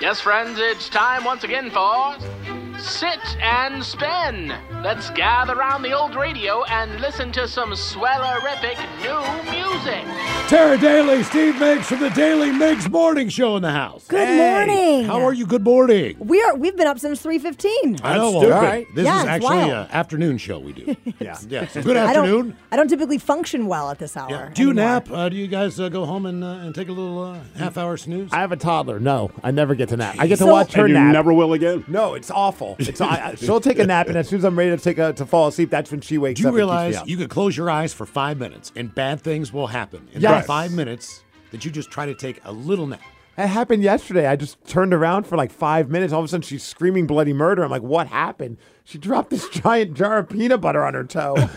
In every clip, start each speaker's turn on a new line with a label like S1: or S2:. S1: Yes, friends, it's time once again for Sit and Spin. Let's gather around the old radio and listen to some swellerific new music.
S2: Tara Daly, Steve Miggs from the Daily Miggs Morning Show in the house.
S3: Good
S2: Hey,
S3: morning.
S2: How are you? Good morning.
S3: We are. We've been up since three fifteen.
S2: I know.
S4: stupid.
S2: all right. This
S3: Yeah,
S2: is
S3: it's
S2: actually
S3: wild.
S2: an afternoon show we do. yeah. Yeah. So good
S3: I
S2: afternoon.
S3: don't. I don't typically function well at this hour.
S2: Yeah. Do you
S3: anymore.
S2: nap? Uh, do you guys uh, go home and uh, and take a little uh, half hour snooze?
S4: I have a toddler. No, I never get to nap. I get to
S3: So-
S4: watch her
S5: and you
S4: nap.
S5: never will again.
S4: no, it's awful. It's, I, I- she'll take a nap, and as soon as I'm ready to take a, to fall asleep, that's when she wakes
S2: do you
S4: up. and keeps me
S2: realize
S4: up.
S2: you could close your eyes for five minutes and bad things will happen in
S4: Yes.
S2: that five minutes that you just try to take a little nap?
S4: It happened yesterday. I just turned around for like five minutes. All of a sudden, she's screaming bloody murder. I'm like, what happened? She dropped this giant jar of peanut butter on her toe.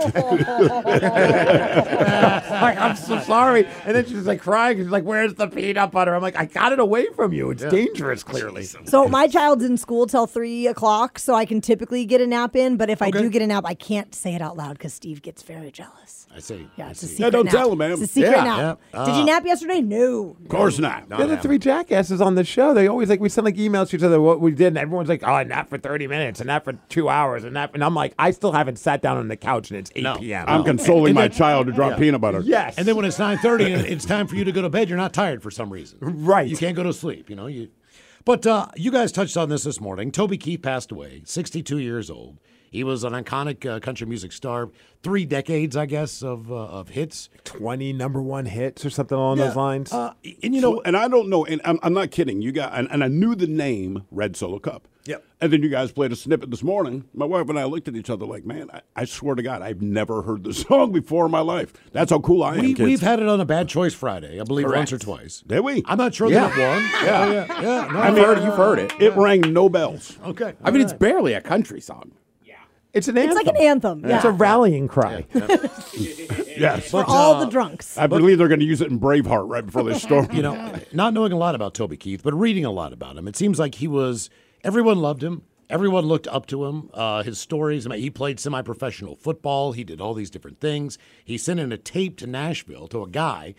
S4: like, I'm so sorry. And then she's like crying. She's like, where's the peanut butter? I'm like, I got it away from you. It's dangerous, clearly.
S3: So my child's in school till three o'clock, so I can typically get a nap in. But if I do get a nap, I can't say it out loud because Steve gets very jealous.
S2: I see.
S3: Yeah,
S2: I
S3: it's a
S2: see.
S3: secret
S5: don't
S3: nap.
S5: tell him, ma'am.
S3: It's a secret
S4: Yeah,
S3: nap. Did you nap yesterday? No.
S5: Of course not.
S4: The
S2: No.
S4: other three jackasses on the show, they always like we send like emails to each other what we did, and everyone's like, "Oh, I napped for thirty minutes, and napped for two hours, and nap," and I'm like, I still haven't sat down on the couch, and it's eight
S2: No.
S4: p.m.
S5: I'm consoling my child to drop peanut butter.
S4: Yes,
S2: And then when it's nine thirty and it's time for you to go to bed, you're not tired for some reason.
S4: Right.
S2: You can't go to sleep. You know you. But uh, you guys touched on this this morning. Toby Keith passed away, 62 years old. He was an iconic uh, country music star, three decades, I guess, of uh, of hits.
S4: twenty number one hits or something along those lines.
S2: Uh, and you
S5: You
S2: know,
S5: know, and I don't know, and I'm, I'm not kidding. You got, and, and I knew the name Red Solo Cup.
S4: Yep.
S5: And then you guys played a snippet this morning. My wife and I looked at each other like, man, I, I swear to God, I've never heard the song before in my life. That's how cool I am.
S2: we,
S5: kids.
S2: we've had it on a Bad Choice Friday, I believe, once or twice.
S5: Did we?
S2: I'm not sure that it won.
S5: Yeah.
S2: Oh, yeah, yeah. No,
S5: I
S2: no,
S5: mean,
S2: no,
S5: you've heard it. It rang no bells.
S2: no. Okay.
S4: I mean, it's ba-
S5: barely a country song.
S4: it's an anthem.
S3: like an anthem,
S4: It's a
S3: yeah.
S4: rallying cry.
S5: Yes.
S3: For all the drunks.
S5: I believe they're going to use it in Braveheart right before they storm.
S2: you know, not knowing a lot about Toby Keith, but reading a lot about him, it seems like he was everyone loved him. Everyone looked up to him. Uh, his stories. I mean, he played semi-professional football. He did all these different things. He sent in a tape to Nashville to a guy,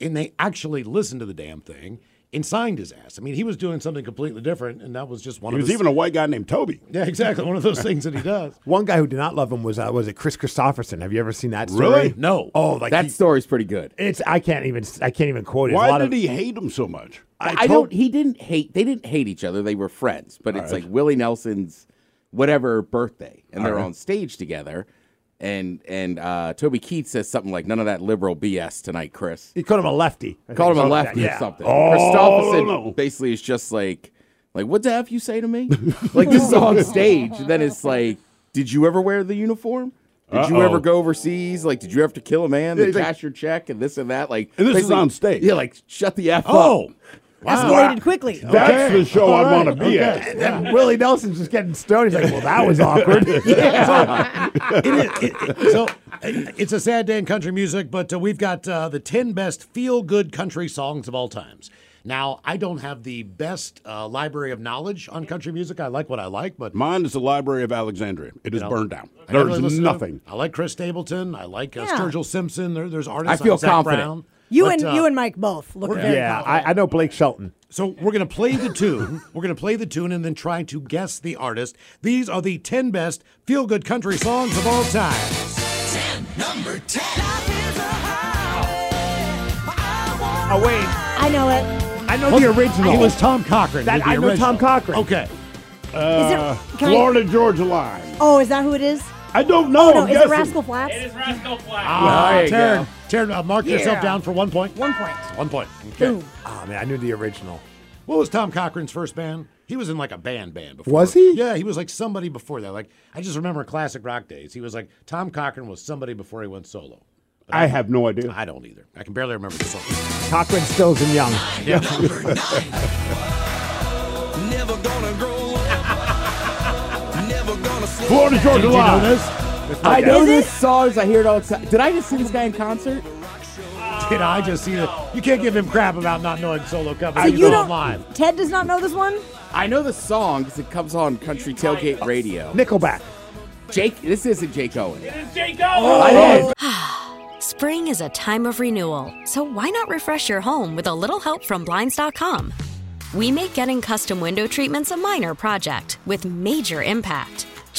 S2: and they actually listened to the damn thing and signed his ass. I mean, he was doing something completely different, and that was just one
S5: He
S2: of
S5: was
S2: his,
S5: even a white guy named Toby.
S2: yeah, exactly one of those things that he does.
S4: One guy who did not love him was uh, was it Chris Christopherson? Have you ever seen that story?
S5: Really?
S2: No.
S4: Oh, like
S6: That
S4: he-
S6: story's pretty good.
S4: It's I can't even I can't even quote it. a
S5: Why
S4: lot
S5: did
S4: of,
S5: he hate him so much?
S6: I, don't. He didn't hate. They didn't hate each other. They were friends. But it's like Willie Nelson's whatever birthday, and they're on stage together. And and uh, Toby Keith says something like, "None of that liberal BS tonight, Chris."
S4: He called him a lefty. I think
S6: Called him a
S4: something like
S6: lefty
S4: that.
S6: or
S4: Yeah.
S6: something.
S5: Oh,
S6: Christopherson
S5: no.
S6: basically is just like, like, what the f you say to me? like this is on stage. And then it's like, did you ever wear the uniform? Did you
S5: Uh-oh.
S6: ever go overseas? Like, did you have to kill a man to
S5: he's like-
S6: cash your check and this and that? Like,
S5: And this is
S6: basically-
S5: on stage.
S6: Yeah, like shut the f up.
S2: Oh,
S3: Escalated quickly. Oh.
S5: That's the show I want to be at.
S4: And then Willie Nelson's just getting stoned. He's like, well, that was awkward.
S2: it is, it- it- so it- it's a sad day in country music, but uh, we've got uh, the 10 best feel good country songs of all times. Now, I don't have the best uh, library of knowledge on country music. I like what I like, but
S5: Mine is the Library of Alexandria. It is burned down.
S2: I never
S5: There's
S2: really listened to-
S5: nothing.
S2: I like Chris Stapleton. I like uh,
S3: Yeah.
S2: Sturgill Simpson. There, there's artists.
S4: I feel
S2: like Zac
S4: confident.
S2: Brown.
S3: You
S2: But,
S3: and
S2: uh,
S3: you and Mike both look very
S4: Yeah, I, I know Blake Shelton.
S2: So we're gonna play the tune. we're gonna play the tune and then try to guess the artist. These are the ten best feel-good country songs of all time.
S4: Oh wait,
S3: I know it.
S4: I know the original.
S2: It was Tom Cochran.
S4: That-
S2: did the
S4: I know
S2: original.
S4: Tom Cochran.
S2: Okay.
S3: Is
S5: Uh,
S3: it can I-
S5: Florida Georgia line.
S3: oh, is that who it is? Oh,
S5: I don't
S6: Oh,
S5: know.
S3: no,
S5: I'm
S3: is it
S5: guessing.
S3: Rascal Flats?
S2: Ah,
S4: there you
S2: Taryn,
S4: go.
S2: Taryn, uh, mark yourself down for one point.
S3: One point.
S2: One point. Ah,
S3: Boom.
S4: Oh man, I knew the original.
S2: What was Tom Cochran's first band? He was in like a band band before.
S4: Was he?
S2: Yeah, he was like somebody before that. Like I just remember classic rock days. He was like Tom Cochran was somebody before he went solo.
S5: I have no idea.
S2: I don't either. I can barely remember the song.
S4: Cochran, Stills, and Young.
S5: Florida Georgia line.
S6: I know
S3: Is
S6: this
S3: it?
S6: songs. I hear it all the time. Did I just see this guy in concert?
S2: Did I just see that? You can't give him crap about not knowing solo covers.
S3: So
S2: even
S3: you
S2: though
S3: don't.
S2: I'm live.
S3: Ted does not know this one.
S6: I know the song because it comes on Country Tailgate Radio.
S4: Nickelback.
S6: Jake, this isn't Jake Owen.
S7: Spring is a time of renewal, so why not refresh your home with a little help from Blinds.com? We make getting custom window treatments a minor project with major impact.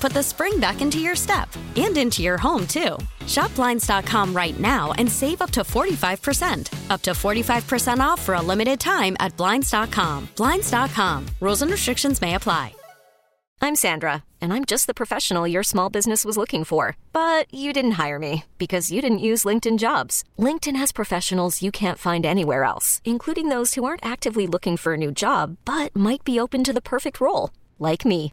S7: put the spring back into your step and into your home, too. Shop Blinds.com right now and save up to 45%. Up to 45% off for a limited time at Blinds.com. Blinds.com. Rules and restrictions may apply.
S8: I'm Sandra, and I'm just the professional your small business was looking for. But you didn't hire me because you didn't use LinkedIn jobs. LinkedIn has professionals you can't find anywhere else, including those who aren't actively looking for a new job but might be open to the perfect role, like me.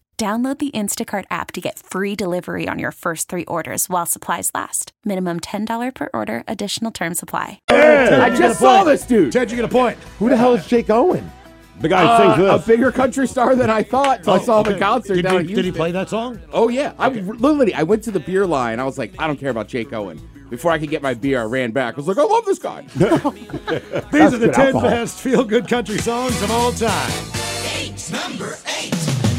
S8: Download the Instacart app to get free delivery on your first three orders while supplies last. Minimum $10 per order, additional term supply.
S4: I just saw this dude.
S2: Ted, you get a point.
S4: Who the hell is Jake Owen?
S5: The guy sings
S6: a
S5: this.
S6: bigger country star than I thought. I saw him
S2: Okay.
S6: at concert
S2: Did,
S6: down
S2: did-
S6: in
S2: did he
S6: Houston.
S2: play that song?
S6: Oh yeah, I literally I went to the beer line. I was like, I don't care about Jake Owen. Before I could get my beer, I ran back. I was like, I love this guy.
S2: These
S4: That's
S2: are the
S4: good
S2: 10
S4: alcohol.
S2: best feel good country songs of all time.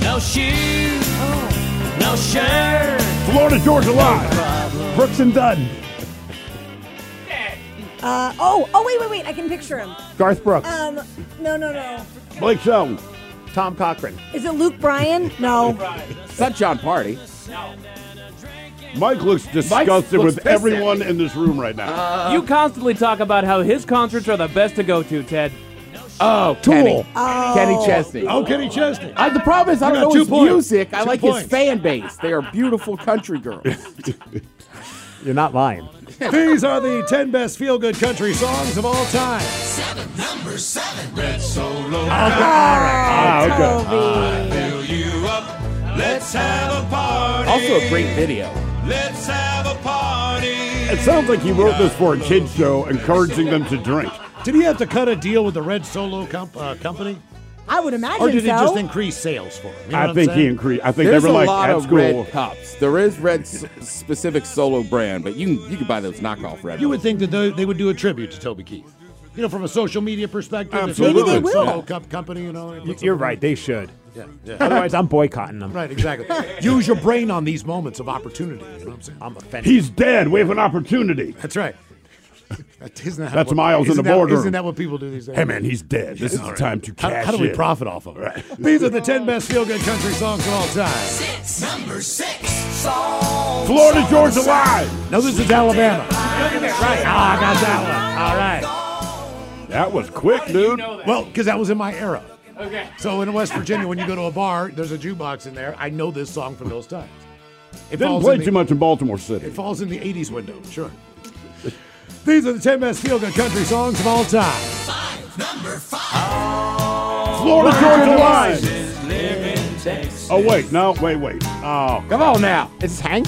S1: No shoes,
S2: Oh.
S1: no shirt.
S5: Florida Georgia line. Brooks and Dunn.
S3: Uh, oh, oh wait, wait, wait! I can picture him.
S4: Garth Brooks.
S3: Um, no, no, no.
S5: Blake Shelton.
S4: Tom Cochran.
S3: Is it Luke Bryan? No.
S6: it's not John Party.
S5: Mike looks disgusted
S6: looks
S5: with
S6: pissed at
S5: everyone
S6: me. Uh,
S5: in this room right now.
S1: Uh, you constantly talk about how his concerts are the best to go to, Ted.
S6: Oh, Kenny. Kenny Chesney.
S2: Oh, Kenny Chesney.
S6: I, the problem is I
S2: You
S6: don't
S2: got
S6: know
S2: two
S6: his
S2: points.
S6: music. I
S2: Two
S6: like
S2: points.
S6: his fan base. They are beautiful country girls.
S4: You're not lying.
S2: These are the 10 best feel good country songs of all time.
S3: Oh,
S5: Ah, okay.
S6: also a great video.
S5: It sounds like he wrote this for a kids show, encouraging them to drink.
S2: Did he have to cut a deal with the Red Solo comp- uh, Company?
S3: I would imagine
S2: Or did he
S3: so.
S2: just increase sales for him? You know what
S5: I
S2: I'm
S5: think he
S2: saying?
S5: increased. I think
S6: There's
S5: they were
S6: a
S5: like
S6: lot
S5: at
S6: of
S5: school.
S6: red cups. There is red s- specific solo brand, but you can, you can buy those knockoff red.
S2: You
S6: ones.
S2: would think that they, they would do a tribute to Toby Keith. You know, from a social media perspective. if
S5: Absolutely.
S2: they're a
S5: Maybe they
S2: solo
S5: will.
S2: cup company, you know.
S4: Y- You're right. They should.
S2: Yeah, yeah.
S4: Otherwise, I'm boycotting them.
S2: Right, exactly. Use your brain on these moments of opportunity. You know what I'm saying? I'm offended.
S5: He's dead. We have an opportunity.
S2: That's right. That- isn't that
S5: That's
S2: what-
S5: Miles in
S2: isn't
S5: the
S2: that-
S5: boardroom.
S2: Isn't that what people do these days?
S5: Hey man, he's dead. This is the time to
S2: How,
S5: cash
S2: how do we
S5: in.
S2: profit off of it?
S5: Right.
S2: These are the 10 best feel good country songs of all time.
S5: Florida Georgia Line.
S2: No, this is Alabama. Right. Ah, I got that one. All right.
S5: That was quick, dude.
S2: Well, because that was in my era. Okay. So in West Virginia, when you go to a bar, there's a jukebox in there. I know this song from those times. It
S5: Didn't
S2: falls
S5: play
S2: in the-
S5: too much in Baltimore City.
S2: It falls in the 80s window, sure. These are the 10 best feel good country songs of all time.
S5: Florida Georgia Line. Oh wait, no, wait, wait. Oh,
S4: Come on now. Is this Hank?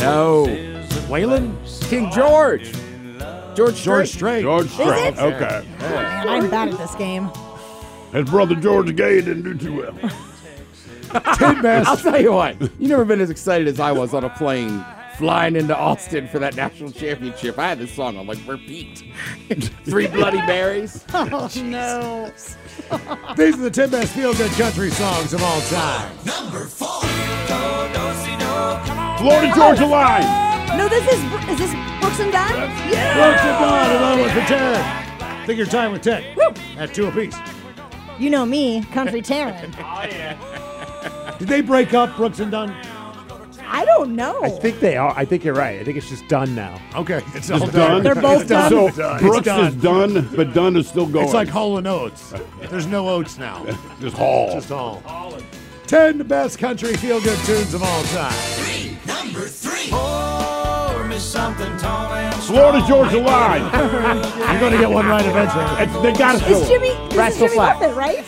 S6: No,
S2: Waylon?
S6: King George. George
S2: George
S6: Strait.
S2: Strait.
S5: George Strait.
S3: it?
S5: Okay,
S3: Man, I'm bad at this game.
S5: his brother George Gay didn't do too well.
S2: 10
S6: I'll
S2: best.
S6: tell you what. You never been as excited as I was on a plane flying into Austin for that national championship. I had this song on like repeat. Three Bloody Marys.
S3: Oh, no.
S2: These are the 10 best feel good country songs of all time.
S5: Florida Georgia Line.
S3: No, this is, is this Brooks and Dunn? Yeah.
S2: Work the dawn along with the 10. Take your time with 10.
S3: Woo.
S2: At two apiece.
S3: You know me, Country Taryn.
S2: Did they break up, Brooks and Dunn?
S3: I don't know.
S4: I think they are. I think you're right. I think it's just done now.
S2: Okay, it's all done.
S5: Is done.
S3: They're both
S2: It's
S3: done?
S5: So
S2: It's done.
S5: Brooks
S2: It's done.
S5: is done, but Dunn is still going.
S2: It's like Hall and Oates. There's no Oates now.
S5: just Hall.
S2: Just Hall. Ten best country feel good tunes of all time.
S5: Florida Georgia Line.
S2: You're going to get one right eventually.
S5: It's- they got to
S3: It's
S5: fill it.
S3: Jimmy, this is
S4: Rascal
S3: Jimmy
S4: Flatts.
S3: Buffett, right?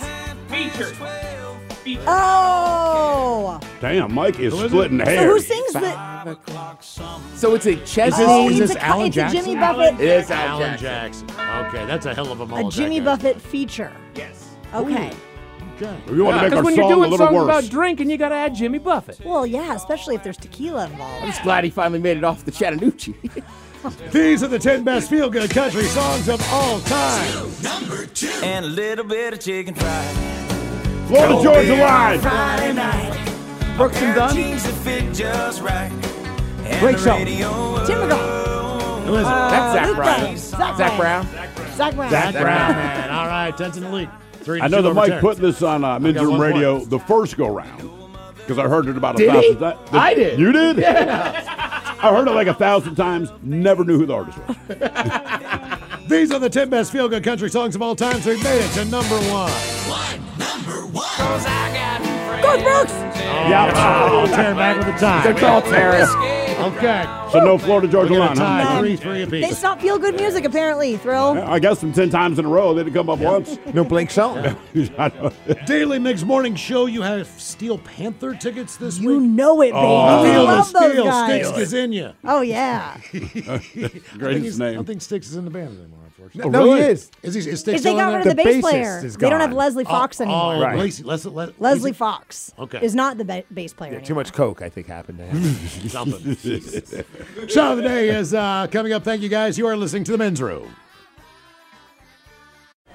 S3: Oh.
S5: Damn, Mike is
S2: Who is
S5: splitting
S3: So
S5: hairs.
S3: who sings the?
S6: So it's a Chesney.
S3: Oh,
S4: is
S3: it's,
S4: this
S3: a,
S4: Alan
S3: it's a
S4: Jackson?
S3: Jimmy Buffett,
S6: It is
S2: Alan
S6: Alan Jackson.
S2: Jackson. Okay, that's a hell of a
S3: a
S2: mullet.
S3: Jimmy
S2: that guy.
S3: Buffett feature. Yes. Okay.
S2: Okay.
S5: If you want to make our
S4: when
S5: song
S4: you're
S5: a
S4: doing
S5: little
S4: songs
S5: worse.
S4: about drinking, you got to add Jimmy Buffett.
S3: Well, yeah, especially if there's tequila
S6: I'm
S3: involved.
S6: just glad he finally made it off the Chattahoochee.
S2: These are the 10 best feel good country songs of all time.
S9: And a little bit of chicken fried.
S5: Florida Georgia Line.
S4: Brooks and Dunn.
S9: Jeans that fit just right. And
S4: Great
S9: the
S4: show.
S9: radio
S3: Tim McGraw,
S2: Who is it?
S6: That's Zach
S2: Uh,
S3: Luke
S6: Brown.
S3: Bryan, Zach
S6: Zach
S3: Bryan.
S6: Brown.
S3: Zach Brown.
S2: Zach Brown, man. All right, 10's in the league. Three to
S5: I know
S2: two
S5: that
S2: over
S5: Mike
S2: 10.
S5: put this on uh, Men's
S2: one
S5: Room
S2: point.
S5: Radio the first go round because I heard it about a
S6: Did
S5: thousand
S6: he?
S5: times.
S6: I did.
S5: You did? Yeah. I heard it like a thousand times. Never knew who the artist was.
S2: These are the 10 best feel good country songs of all time, so we made it to number one.
S3: Go Brooks.
S5: yeah.
S2: I'll tear back with the
S6: It's
S2: time.
S6: all Terrence.
S2: Okay.
S5: So no Florida Georgia
S2: We're
S5: Line.
S2: gonna
S5: Huh?
S2: tie
S3: No.
S2: three, three
S3: Um, They
S2: apiece.
S3: stop feel good music apparently. Thrill.
S5: I guess them ten times in a row. They didn't come up once.
S4: No Blake Shelton.
S5: I know.
S2: Daily Mix Morning Show. You have Steel Panther tickets this
S3: You
S2: week.
S3: know it, baby. we
S2: Feel the
S3: love those
S2: steel.
S3: guys.
S2: Sticks Oh. is in you.
S3: Oh yeah.
S5: Greatest
S2: I don't
S5: name.
S2: think Sticks is in the band anymore, unfortunately.
S4: No,
S6: Oh,
S5: really?
S4: he is.
S2: Is, he, is Sticks
S3: If they
S2: still
S3: got
S2: in
S3: rid
S2: there?
S3: of the bass
S4: bassist
S3: player,
S4: is
S3: they don't have
S4: gone.
S3: Leslie Fox
S2: oh,
S3: anymore.
S2: Oh,
S4: Right.
S2: Lacey, Les, Les,
S3: Leslie Fox
S2: Okay.
S3: is not the ba- bass player.
S4: Too
S3: anymore.
S4: much coke, I think, happened to him.
S2: Something. Shout of the day is uh, coming up. Thank you guys. You are listening to the Men's Room.